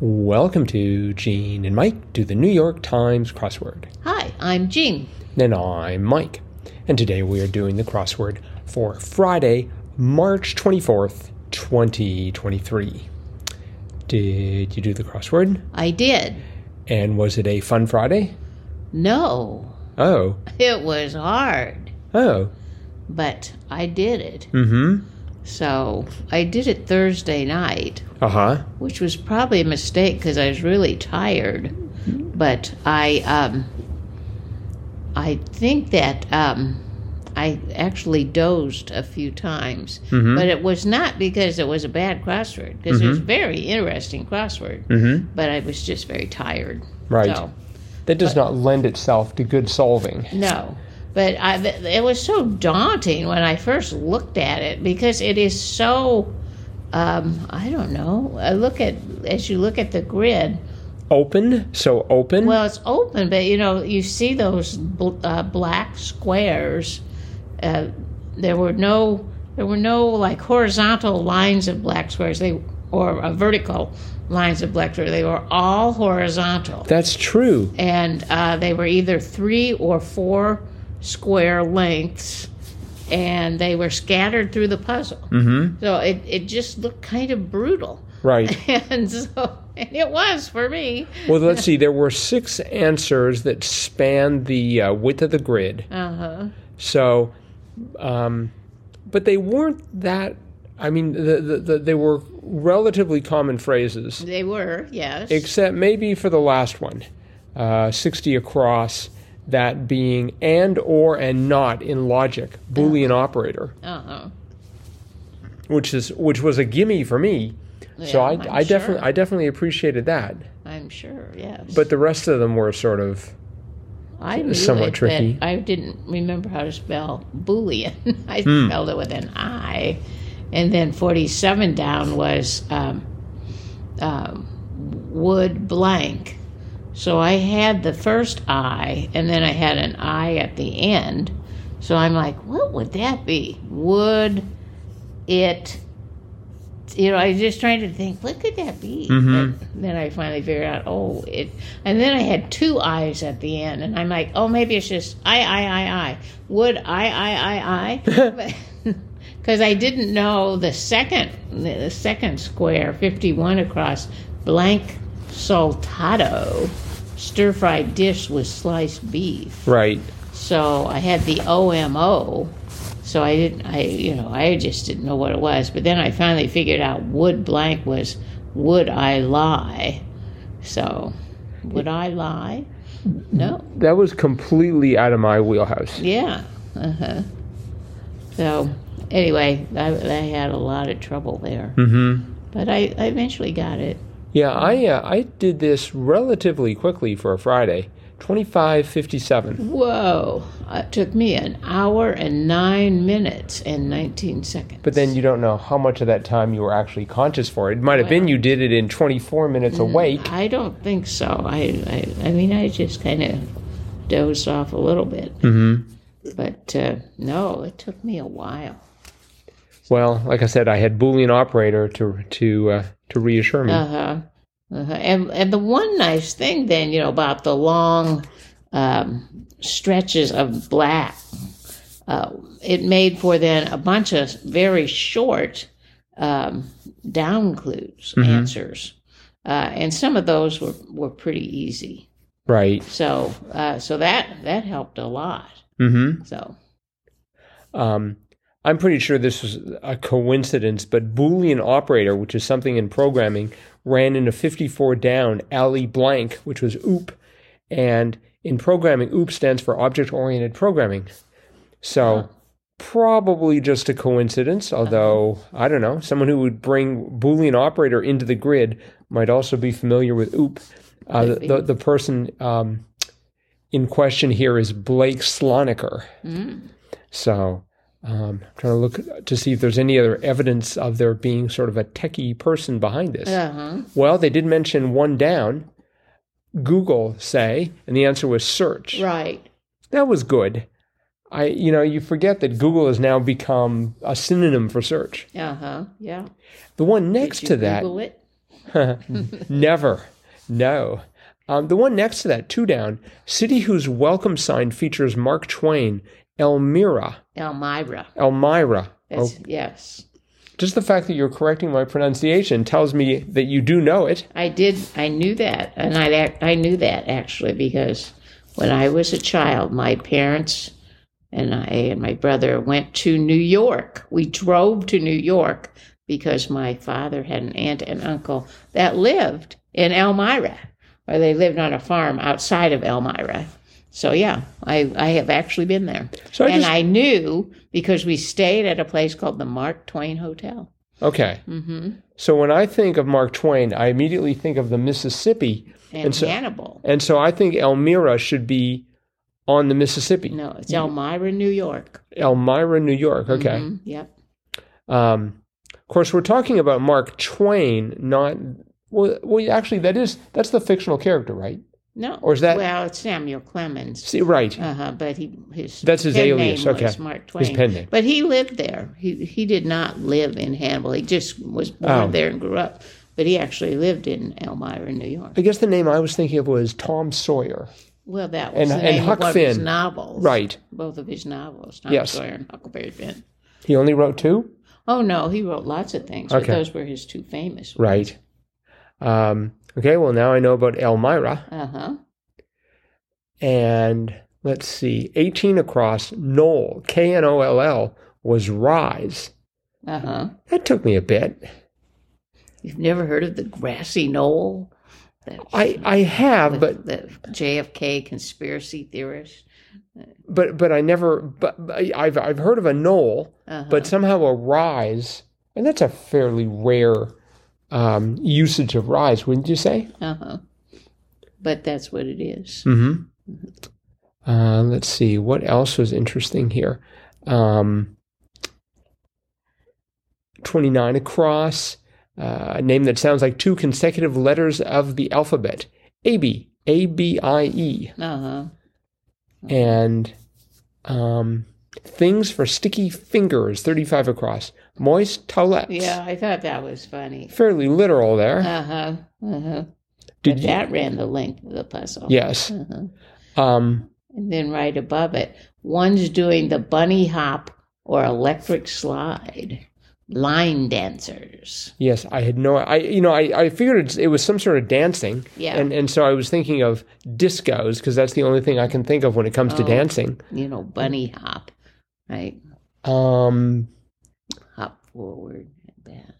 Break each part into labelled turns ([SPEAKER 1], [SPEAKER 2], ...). [SPEAKER 1] Welcome to Gene and Mike do the New York Times crossword.
[SPEAKER 2] Hi, I'm Jean.
[SPEAKER 1] And I'm Mike. And today we are doing the crossword for Friday, March 24th, 2023. Did you do the crossword?
[SPEAKER 2] I did.
[SPEAKER 1] And was it a fun Friday?
[SPEAKER 2] No,
[SPEAKER 1] Oh,
[SPEAKER 2] it was hard,
[SPEAKER 1] oh,
[SPEAKER 2] but I did it.
[SPEAKER 1] mm hmm.
[SPEAKER 2] So I did it Thursday night,
[SPEAKER 1] Uh huh.
[SPEAKER 2] which was probably a mistake because I was really tired. But I, um, I think that um, I actually dozed a few times, but it was not because it was a bad crossword because it was a very interesting crossword.
[SPEAKER 1] Mhm.
[SPEAKER 2] But I was just very tired.
[SPEAKER 1] Right.
[SPEAKER 2] So,
[SPEAKER 1] That does not lend itself to good solving.
[SPEAKER 2] No, but I, th- it was so daunting when I first looked at it because it is so. Um, I don't know. I look at as you look at the grid.
[SPEAKER 1] Open, so open.
[SPEAKER 2] Well, it's open, but you know you see those bl- uh, black squares. Uh, there were no there were no like horizontal lines of black squares. They or uh, vertical lines of black squares. They were all horizontal
[SPEAKER 1] That's true.
[SPEAKER 2] and uh, they were either three or four square lengths, and they were scattered through the puzzle. Mm-hmm. So it, it just looked kind of brutal.
[SPEAKER 1] Right.
[SPEAKER 2] And so, and it was for me.
[SPEAKER 1] Well, let's see. There were six answers that spanned the uh, width of the grid.
[SPEAKER 2] Uh huh.
[SPEAKER 1] So, um, but they weren't that. I mean, the, the, the, they were relatively common phrases,
[SPEAKER 2] They were, yes.
[SPEAKER 1] except maybe for the last one, uh, sixty across. That being and, or, and not in logic, Boolean operator,
[SPEAKER 2] uh huh.
[SPEAKER 1] which is which was a gimme for me. so
[SPEAKER 2] Yeah,
[SPEAKER 1] I,
[SPEAKER 2] I'm
[SPEAKER 1] I definitely
[SPEAKER 2] sure.
[SPEAKER 1] I definitely appreciated that.
[SPEAKER 2] I'm sure, yes.
[SPEAKER 1] But the rest of them were sort of
[SPEAKER 2] I knew
[SPEAKER 1] somewhat
[SPEAKER 2] it, but
[SPEAKER 1] tricky.
[SPEAKER 2] I didn't remember how to spell Boolean. I
[SPEAKER 1] Hmm.
[SPEAKER 2] spelled it with an I. And then 47 down was um, um, wood blank. So I had the first I, and then I had an I at the end. So I'm like, what would that be? Would it, you know, I was just trying to think, what could that be?
[SPEAKER 1] Mhm.
[SPEAKER 2] And then I finally figured out, oh, it, and then I had two I's at the end, and I'm like, oh, maybe it's just I, I, I, I. Would I, I, I, I? Because I didn't know the second, the second square, 51 across, blank soltato, stir fried dish with sliced beef.
[SPEAKER 1] right.
[SPEAKER 2] So I had the OMO. So I didn't, I, you know, I just didn't know what it was. But then I finally figured out would blank was would I lie? So would I lie? No.
[SPEAKER 1] That was completely out of my wheelhouse.
[SPEAKER 2] Yeah. Uh huh. So anyway, I, I had a lot of trouble there.
[SPEAKER 1] Mm-hmm.
[SPEAKER 2] But I, I eventually got it.
[SPEAKER 1] Yeah, I uh, I did this relatively quickly for a Friday, twenty five fifty seven.
[SPEAKER 2] Whoa. It took me an hour and nine minutes and 19 seconds.
[SPEAKER 1] But then you don't know how much of that time you were actually conscious for. It might have been you did it in twenty four minutes awake.
[SPEAKER 2] I don't think so. I I, I mean, I just kind of dozed off a little bit. But uh, no, it took me a while.
[SPEAKER 1] Well, like I said, I had Boolean operator to to uh, to reassure me.
[SPEAKER 2] Uh huh. Uh-huh. And and the one nice thing then, you know, about the long um, stretches of black, uh, it made for then a bunch of very short um, down clues answers, uh, and some of those were were pretty easy.
[SPEAKER 1] Right.
[SPEAKER 2] So uh, so that that helped a lot.
[SPEAKER 1] Mm-hmm.
[SPEAKER 2] So
[SPEAKER 1] Um, I'm pretty sure this was a coincidence, but Boolean operator, which is something in programming, ran into 54 down alley blank, which was OOP. And in programming, OOP stands for object oriented programming. So probably just a coincidence, although I don't know. Someone who would bring Boolean operator into the grid might also be familiar with OOP. Uh, the, the, the person um, in question here is Blake Sloniker. So um, I'm trying to look to see if there's any other evidence of there being sort of a techie person behind this.
[SPEAKER 2] uh huh.
[SPEAKER 1] Well, they did mention one down, Google say, and the answer was search.
[SPEAKER 2] Right.
[SPEAKER 1] That was good. I, you know, you forget that Google has now become a synonym for search.
[SPEAKER 2] Uh huh. Yeah.
[SPEAKER 1] The one next
[SPEAKER 2] Did
[SPEAKER 1] to
[SPEAKER 2] you
[SPEAKER 1] that,
[SPEAKER 2] Google it?
[SPEAKER 1] Never. No. Um, the one next to that, two down, city whose welcome sign features Mark Twain, Elmira,
[SPEAKER 2] Elmira.
[SPEAKER 1] Elmira. Oh,
[SPEAKER 2] That's, Yes.
[SPEAKER 1] just the fact that you're correcting my pronunciation tells me that you do know it.
[SPEAKER 2] I did. I knew that, and I ac- I knew that actually because when I was a child, my parents and I and my brother went to New York. We drove to New York because my father had an aunt and uncle that lived in Elmira, or they lived on a farm outside of Elmira. So yeah, I, I have actually been there,
[SPEAKER 1] So I
[SPEAKER 2] and
[SPEAKER 1] just-
[SPEAKER 2] I knew because we stayed at a place called the Mark Twain Hotel.
[SPEAKER 1] Okay.
[SPEAKER 2] Mm-hmm.
[SPEAKER 1] So when I think of Mark Twain, I immediately think of the Mississippi.
[SPEAKER 2] And, Hannibal.
[SPEAKER 1] And so I think Elmira should be on the Mississippi.
[SPEAKER 2] No, it's Elmira, New York.
[SPEAKER 1] Elmira, New York. Okay.
[SPEAKER 2] Mm, Yep.
[SPEAKER 1] Um, of course, we're talking about Mark Twain, not well. Well, actually, that is that's the fictional character, right?
[SPEAKER 2] No.
[SPEAKER 1] Or is that-
[SPEAKER 2] well? It's Samuel Clemens.
[SPEAKER 1] See, right.
[SPEAKER 2] Uh huh. But he his
[SPEAKER 1] That's his
[SPEAKER 2] pen
[SPEAKER 1] alias,
[SPEAKER 2] Name
[SPEAKER 1] okay.
[SPEAKER 2] Was Mark Twain.
[SPEAKER 1] His pen name.
[SPEAKER 2] But he lived there. He he did not live in Hannibal. He just was born
[SPEAKER 1] Oh.
[SPEAKER 2] there and grew up. But he actually lived in Elmira, New York.
[SPEAKER 1] I guess the name I was thinking of was Tom Sawyer.
[SPEAKER 2] Well, that
[SPEAKER 1] And-
[SPEAKER 2] was the
[SPEAKER 1] and
[SPEAKER 2] name of
[SPEAKER 1] Huck
[SPEAKER 2] one of his
[SPEAKER 1] Finn.
[SPEAKER 2] novels.
[SPEAKER 1] Right.
[SPEAKER 2] Both of his novels, Tom
[SPEAKER 1] Yes.
[SPEAKER 2] Sawyer and Huckleberry Finn.
[SPEAKER 1] He only wrote two.
[SPEAKER 2] Oh no, he wrote lots of things, but
[SPEAKER 1] Okay.
[SPEAKER 2] those were his two famous.
[SPEAKER 1] Right. Um, okay. Well, now I know about Elmira.
[SPEAKER 2] Uh huh.
[SPEAKER 1] And let's see, eighteen across. Knoll, K N O L L, was Rise.
[SPEAKER 2] Uh huh.
[SPEAKER 1] That took me a bit.
[SPEAKER 2] You've never heard of the grassy knoll? That-
[SPEAKER 1] I I have, but
[SPEAKER 2] with the JFK conspiracy theorist.
[SPEAKER 1] but but I never. But but I- I've I've heard of a knoll,
[SPEAKER 2] Uh-huh.
[SPEAKER 1] but somehow a rise, and that's a fairly rare um, usage of rise, wouldn't you say?
[SPEAKER 2] Uh-huh. But that's what it is.
[SPEAKER 1] Mm-hmm. Uh, let's see what else was interesting here. Um, Twenty nine across, uh, a name that sounds like two consecutive letters of the alphabet: A B A B I E,
[SPEAKER 2] Uh-huh.
[SPEAKER 1] and um, things for sticky fingers. Thirty five across, moist towelettes.
[SPEAKER 2] Yeah, I thought that was funny.
[SPEAKER 1] fairly literal there.
[SPEAKER 2] Uh-huh. Uh-huh.
[SPEAKER 1] Did
[SPEAKER 2] But
[SPEAKER 1] you-
[SPEAKER 2] that ran the length of the puzzle.
[SPEAKER 1] Yes.
[SPEAKER 2] Uh-huh.
[SPEAKER 1] Um,
[SPEAKER 2] And then right above it, one's doing the bunny hop or electric slide. Line dancers.
[SPEAKER 1] yes, I had no. I you know I, I figured it's, it was some sort of dancing.
[SPEAKER 2] Yeah.
[SPEAKER 1] And and so I was thinking of discos because that's the only thing I can think of when it comes to
[SPEAKER 2] Oh.
[SPEAKER 1] dancing.
[SPEAKER 2] You know, bunny hop. Right?
[SPEAKER 1] Um,
[SPEAKER 2] Hop forward and back.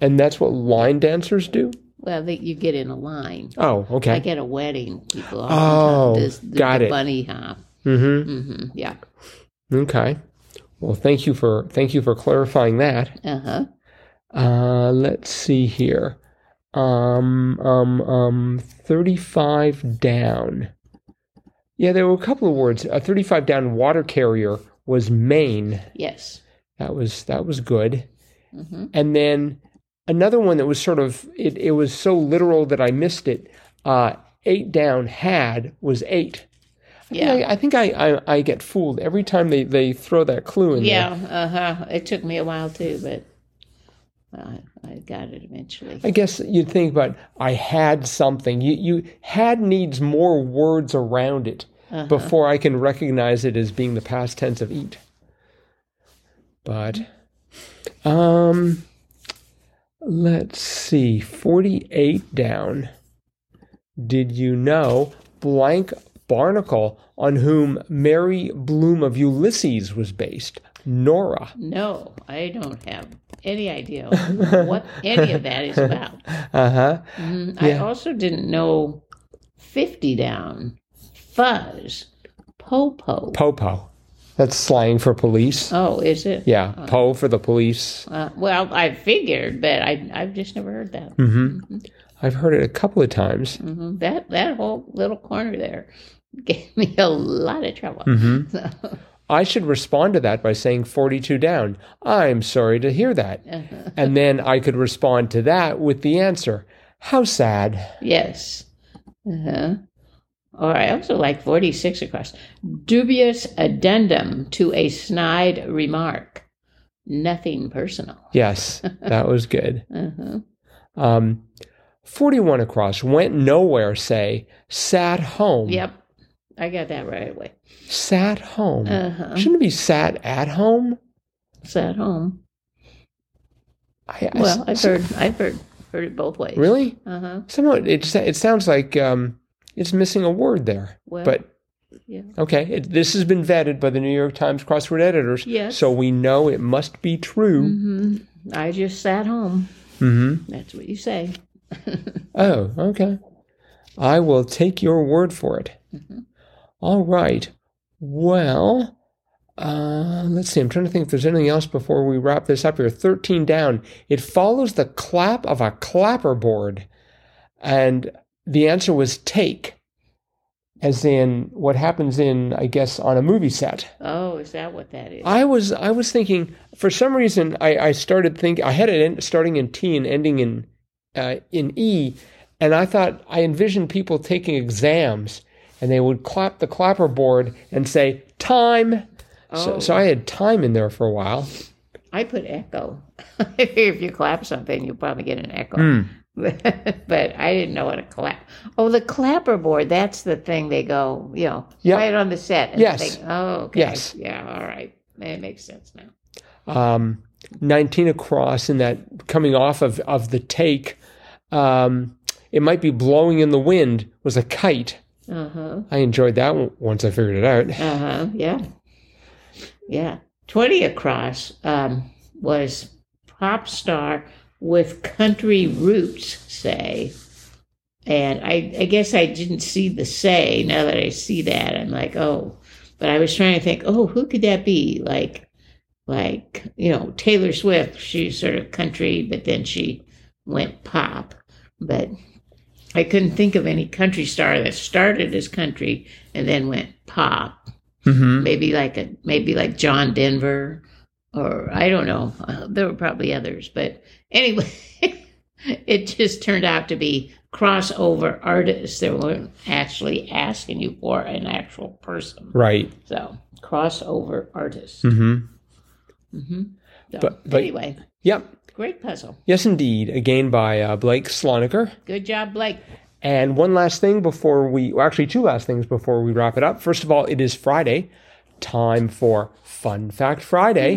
[SPEAKER 1] and that's what line dancers do.
[SPEAKER 2] Well, they, you get in a line.
[SPEAKER 1] Oh, okay.
[SPEAKER 2] Like at a wedding, people all
[SPEAKER 1] Oh,
[SPEAKER 2] the time. This, the,
[SPEAKER 1] got
[SPEAKER 2] the
[SPEAKER 1] it.
[SPEAKER 2] bunny hop.
[SPEAKER 1] Mm-hmm.
[SPEAKER 2] hmm Yeah.
[SPEAKER 1] Okay. Well, thank you for thank you for clarifying that.
[SPEAKER 2] Uh huh.
[SPEAKER 1] Uh, let's see here. Um, um, um, thirty-five down. Yeah, there were a couple of words. A thirty-five down water carrier was Maine.
[SPEAKER 2] Yes.
[SPEAKER 1] That was that was good.
[SPEAKER 2] hmm
[SPEAKER 1] And then another one that was sort of it, it was so literal that I missed it. Uh, eight down had was eight.
[SPEAKER 2] Yeah.
[SPEAKER 1] I, I think I, I, I get fooled every time they, they throw that clue in
[SPEAKER 2] Yeah.
[SPEAKER 1] there.
[SPEAKER 2] Uh huh. It took me a while too, but I, I got it eventually.
[SPEAKER 1] I guess you'd think about I had something. You you had needs more words around it before I can recognize it as being the past tense of eat. But um let's see 48 down. Did you know blank barnacle on whom Mary Bloom of Ulysses was based? Nora.
[SPEAKER 2] No, I don't have any idea what any of that is about.
[SPEAKER 1] Uh-huh.
[SPEAKER 2] Mm, I also didn't know 50 down, fuzz, popo.
[SPEAKER 1] Popo. That's slang for police.
[SPEAKER 2] oh, is it?
[SPEAKER 1] Yeah, Poe for the police.
[SPEAKER 2] Uh, well, I figured, but I, I've just never heard that.
[SPEAKER 1] Hmm. I've heard it a couple of times.
[SPEAKER 2] Mhm. That that whole little corner there gave me a lot of trouble.
[SPEAKER 1] Hmm.
[SPEAKER 2] Mm-hmm.
[SPEAKER 1] I should respond to that by saying 42 down. I'm sorry to hear that.
[SPEAKER 2] Uh-huh.
[SPEAKER 1] and then I could respond to that with the answer. How sad.
[SPEAKER 2] Yes. Uh-huh. Or I also like 46 across. Dubious addendum to a snide remark. Nothing personal.
[SPEAKER 1] Yes, that was good.
[SPEAKER 2] Uh-huh.
[SPEAKER 1] Um, 41 across, went nowhere, say, sat home.
[SPEAKER 2] Yep. I got that right away.
[SPEAKER 1] Sat home.
[SPEAKER 2] Uh-huh.
[SPEAKER 1] Shouldn't it be sat at home?
[SPEAKER 2] Sat home.
[SPEAKER 1] I, I-
[SPEAKER 2] Well, I've
[SPEAKER 1] s-
[SPEAKER 2] heard I've heard heard it both ways.
[SPEAKER 1] Really?
[SPEAKER 2] Uh huh.
[SPEAKER 1] Somehow it, it, sa- it sounds like um, it's missing a word there.
[SPEAKER 2] Well,
[SPEAKER 1] but
[SPEAKER 2] yeah.
[SPEAKER 1] okay, it, this has been vetted by the New York Times crossword editors.
[SPEAKER 2] Yes.
[SPEAKER 1] So we know it must be true.
[SPEAKER 2] hmm I just sat home.
[SPEAKER 1] hmm
[SPEAKER 2] That's what you say.
[SPEAKER 1] Oh, okay. I will take your word for it. All right. Well, uh, let's see. I'm trying to think if there's anything else before we wrap this up here. 13 down. It follows the clap of a clapperboard. And the answer was take, as in what happens in, I guess, on a movie set.
[SPEAKER 2] Oh, is that what that is?
[SPEAKER 1] I was I was thinking for some reason I, I started think I had it in, starting in T and ending in uh, in E, and I thought I envisioned people taking exams and they would clap the clapperboard and say time. So,
[SPEAKER 2] Oh.
[SPEAKER 1] so I had time in there for a while.
[SPEAKER 2] I put echo. if you clap something, you'll probably get an echo.
[SPEAKER 1] Hmm.
[SPEAKER 2] but I didn't know what a clap. Oh, the clapperboard. That's the thing they go, you know,
[SPEAKER 1] Yeah.
[SPEAKER 2] right on the set. And
[SPEAKER 1] Yes.
[SPEAKER 2] think, oh, okay.
[SPEAKER 1] Yes.
[SPEAKER 2] Yeah, all right. It makes sense now.
[SPEAKER 1] um, 19 across in that coming off of, of the take. Um, it might be blowing in the wind was a kite.
[SPEAKER 2] Uh huh.
[SPEAKER 1] I enjoyed that one once I figured it out.
[SPEAKER 2] Uh huh. Yeah. Yeah. 20 across um, was pop star with country roots, say. And I, I guess I didn't see the say. Now that I see that, I'm like, oh. But I was trying to think, oh, who could that be? Like, like you know, Taylor Swift. She's sort of country, but then she went pop. But I couldn't think of any country star that started as country and then went pop.
[SPEAKER 1] Mm-hmm.
[SPEAKER 2] Maybe like a maybe like John Denver, or I don't know. Uh, there were probably others, but anyway, it just turned out to be crossover artists. They weren't actually asking you for an actual person,
[SPEAKER 1] Right.
[SPEAKER 2] so crossover artists. Mm-hmm.
[SPEAKER 1] Mm-hmm.
[SPEAKER 2] So,
[SPEAKER 1] But- but-
[SPEAKER 2] anyway,
[SPEAKER 1] Yep.
[SPEAKER 2] great puzzle.
[SPEAKER 1] Yes, indeed. Again by uh, Blake Sloniker.
[SPEAKER 2] Good job, Blake.
[SPEAKER 1] And one last thing before we, well, actually, two last things before we wrap it up. First of all, it is Friday, time for Fun Fact Friday.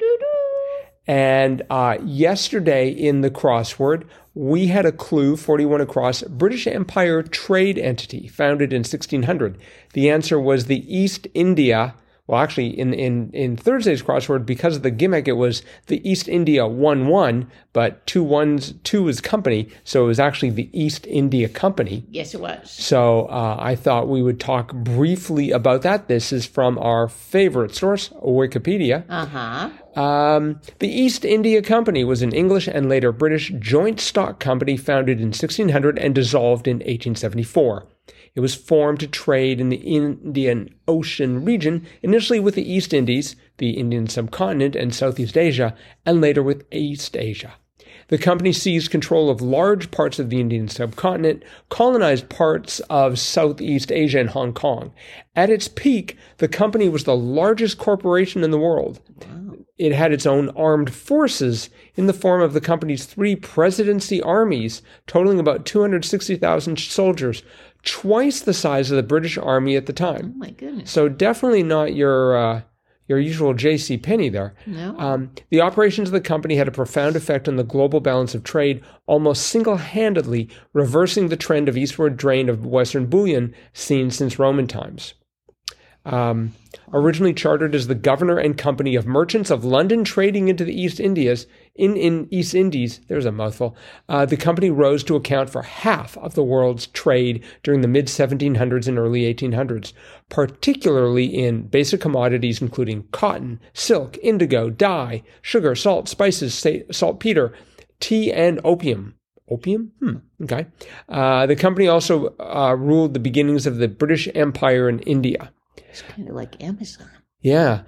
[SPEAKER 2] Doo-doo-doo-doo-doo.
[SPEAKER 1] And uh, yesterday in the crossword, we had a clue 41 across British Empire trade entity founded in 1600. The answer was the East India. Well, actually, in, in, in Thursday's crossword, because of the gimmick, it was the East India 1 1, but two ones, two is company. So it was actually the East India Company.
[SPEAKER 2] Yes, it was.
[SPEAKER 1] So uh, I thought we would talk briefly about that. This is from our favorite source, Wikipedia.
[SPEAKER 2] Uh huh.
[SPEAKER 1] Um, the East India Company was an English and later British joint stock company founded in 1600 and dissolved in 1874. It was formed to trade in the Indian Ocean region, initially with the East Indies, the Indian subcontinent, and Southeast Asia, and later with East Asia. The company seized control of large parts of the Indian subcontinent, colonized parts of Southeast Asia and Hong Kong. At its peak, the company was the largest corporation in the world. It had its own armed forces in the form of the company's three presidency armies, totaling about 260,000 soldiers, twice the size of the British army at the
[SPEAKER 2] Oh
[SPEAKER 1] time.
[SPEAKER 2] my goodness.
[SPEAKER 1] So definitely not your uh, your usual J.C. Penney there.
[SPEAKER 2] No.
[SPEAKER 1] Um, the operations of the company had a profound effect on the global balance of trade, almost single handedly reversing the trend of eastward drain of Western bullion seen since Roman times. Um, originally chartered as the Governor and Company of Merchants of London trading into the East Indies, in, in East Indies, there's a mouthful, uh, the company rose to account for half of the world's trade during the mid 1700s and early 1800s, particularly in basic commodities including cotton, silk, indigo, dye, sugar, salt, spices, sa- saltpeter, tea, and opium. Opium? Hmm. Okay. Uh, the company also uh, ruled the beginnings of the British Empire in India.
[SPEAKER 2] It's kind of like Amazon.
[SPEAKER 1] Yeah.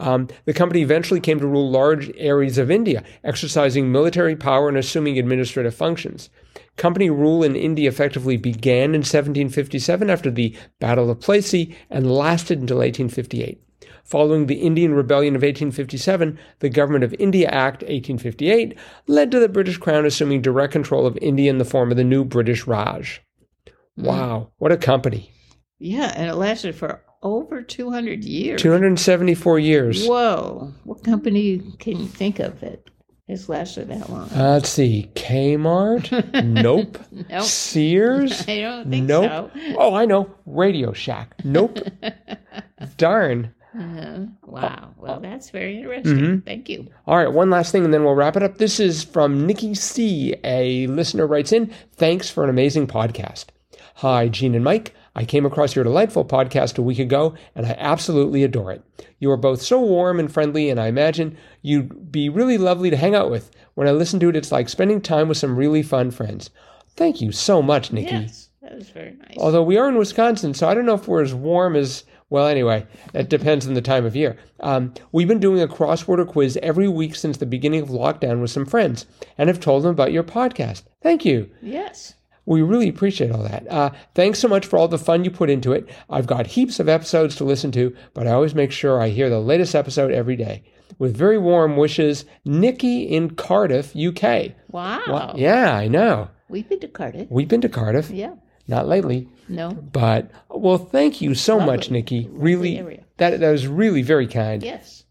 [SPEAKER 1] um, the company eventually came to rule large areas of India, exercising military power and assuming administrative functions. Company rule in India effectively began in 1757 after the Battle of Plassey and lasted until 1858. Following the Indian Rebellion of 1857, the Government of India Act 1858 led to the British Crown assuming direct control of India in the form of the new British Raj. Wow, what a company.
[SPEAKER 2] Yeah, and it lasted for over 200 years.
[SPEAKER 1] 274 years.
[SPEAKER 2] Whoa. What company can you think of that has lasted that long?
[SPEAKER 1] Uh, let's see. Kmart? Nope.
[SPEAKER 2] Nope.
[SPEAKER 1] Sears?
[SPEAKER 2] I don't think
[SPEAKER 1] nope.
[SPEAKER 2] so.
[SPEAKER 1] Oh, I know. Radio Shack. Nope. Darn.
[SPEAKER 2] Uh, wow. Well, that's very interesting.
[SPEAKER 1] Mm-hmm.
[SPEAKER 2] Thank you.
[SPEAKER 1] All right, one last thing and then we'll wrap it up. This is from Nikki C. A listener writes in Thanks for an amazing podcast. Hi, Gene and Mike. I came across your delightful podcast a week ago and I absolutely adore it. You are both so warm and friendly, and I imagine you'd be really lovely to hang out with. When I listen to it, it's like spending time with some really fun friends. Thank you so much, Nikki.
[SPEAKER 2] Yes, that was very nice.
[SPEAKER 1] Although we are in Wisconsin, so I don't know if we're as warm as. Well, anyway, that depends on the time of year. Um, we've been doing a crossword or quiz every week since the beginning of lockdown with some friends and have told them about your podcast. Thank you.
[SPEAKER 2] yes.
[SPEAKER 1] We really appreciate all that. Uh, thanks so much for all the fun you put into it. I've got heaps of episodes to listen to, but I always make sure I hear the latest episode every day. With very warm wishes, Nikki in Cardiff, UK.
[SPEAKER 2] Wow.
[SPEAKER 1] Wow. Yeah, I know.
[SPEAKER 2] We've been to Cardiff.
[SPEAKER 1] We've been to Cardiff.
[SPEAKER 2] Yeah.
[SPEAKER 1] Not lately.
[SPEAKER 2] No.
[SPEAKER 1] But well, thank you so much, Nikki. Really,
[SPEAKER 2] area.
[SPEAKER 1] that that was really very kind.
[SPEAKER 2] Yes.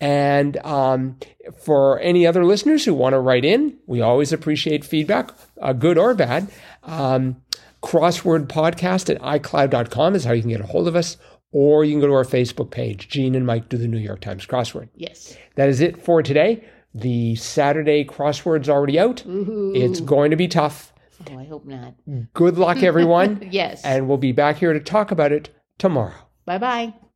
[SPEAKER 1] And um, for any other listeners who want to write in, we always appreciate feedback, uh, good or bad. Um, crosswordpodcast at iCloud.com is how you can get a hold of us, or you can go to our Facebook page. Gene and Mike do the New York Times crossword.
[SPEAKER 2] Yes.
[SPEAKER 1] That is it for today. The Saturday crossword's already out. It's going to be tough.
[SPEAKER 2] Oh, I hope not.
[SPEAKER 1] Mm. Good luck, everyone.
[SPEAKER 2] Yes.
[SPEAKER 1] And we'll be back here to talk about it tomorrow.
[SPEAKER 2] Bye bye.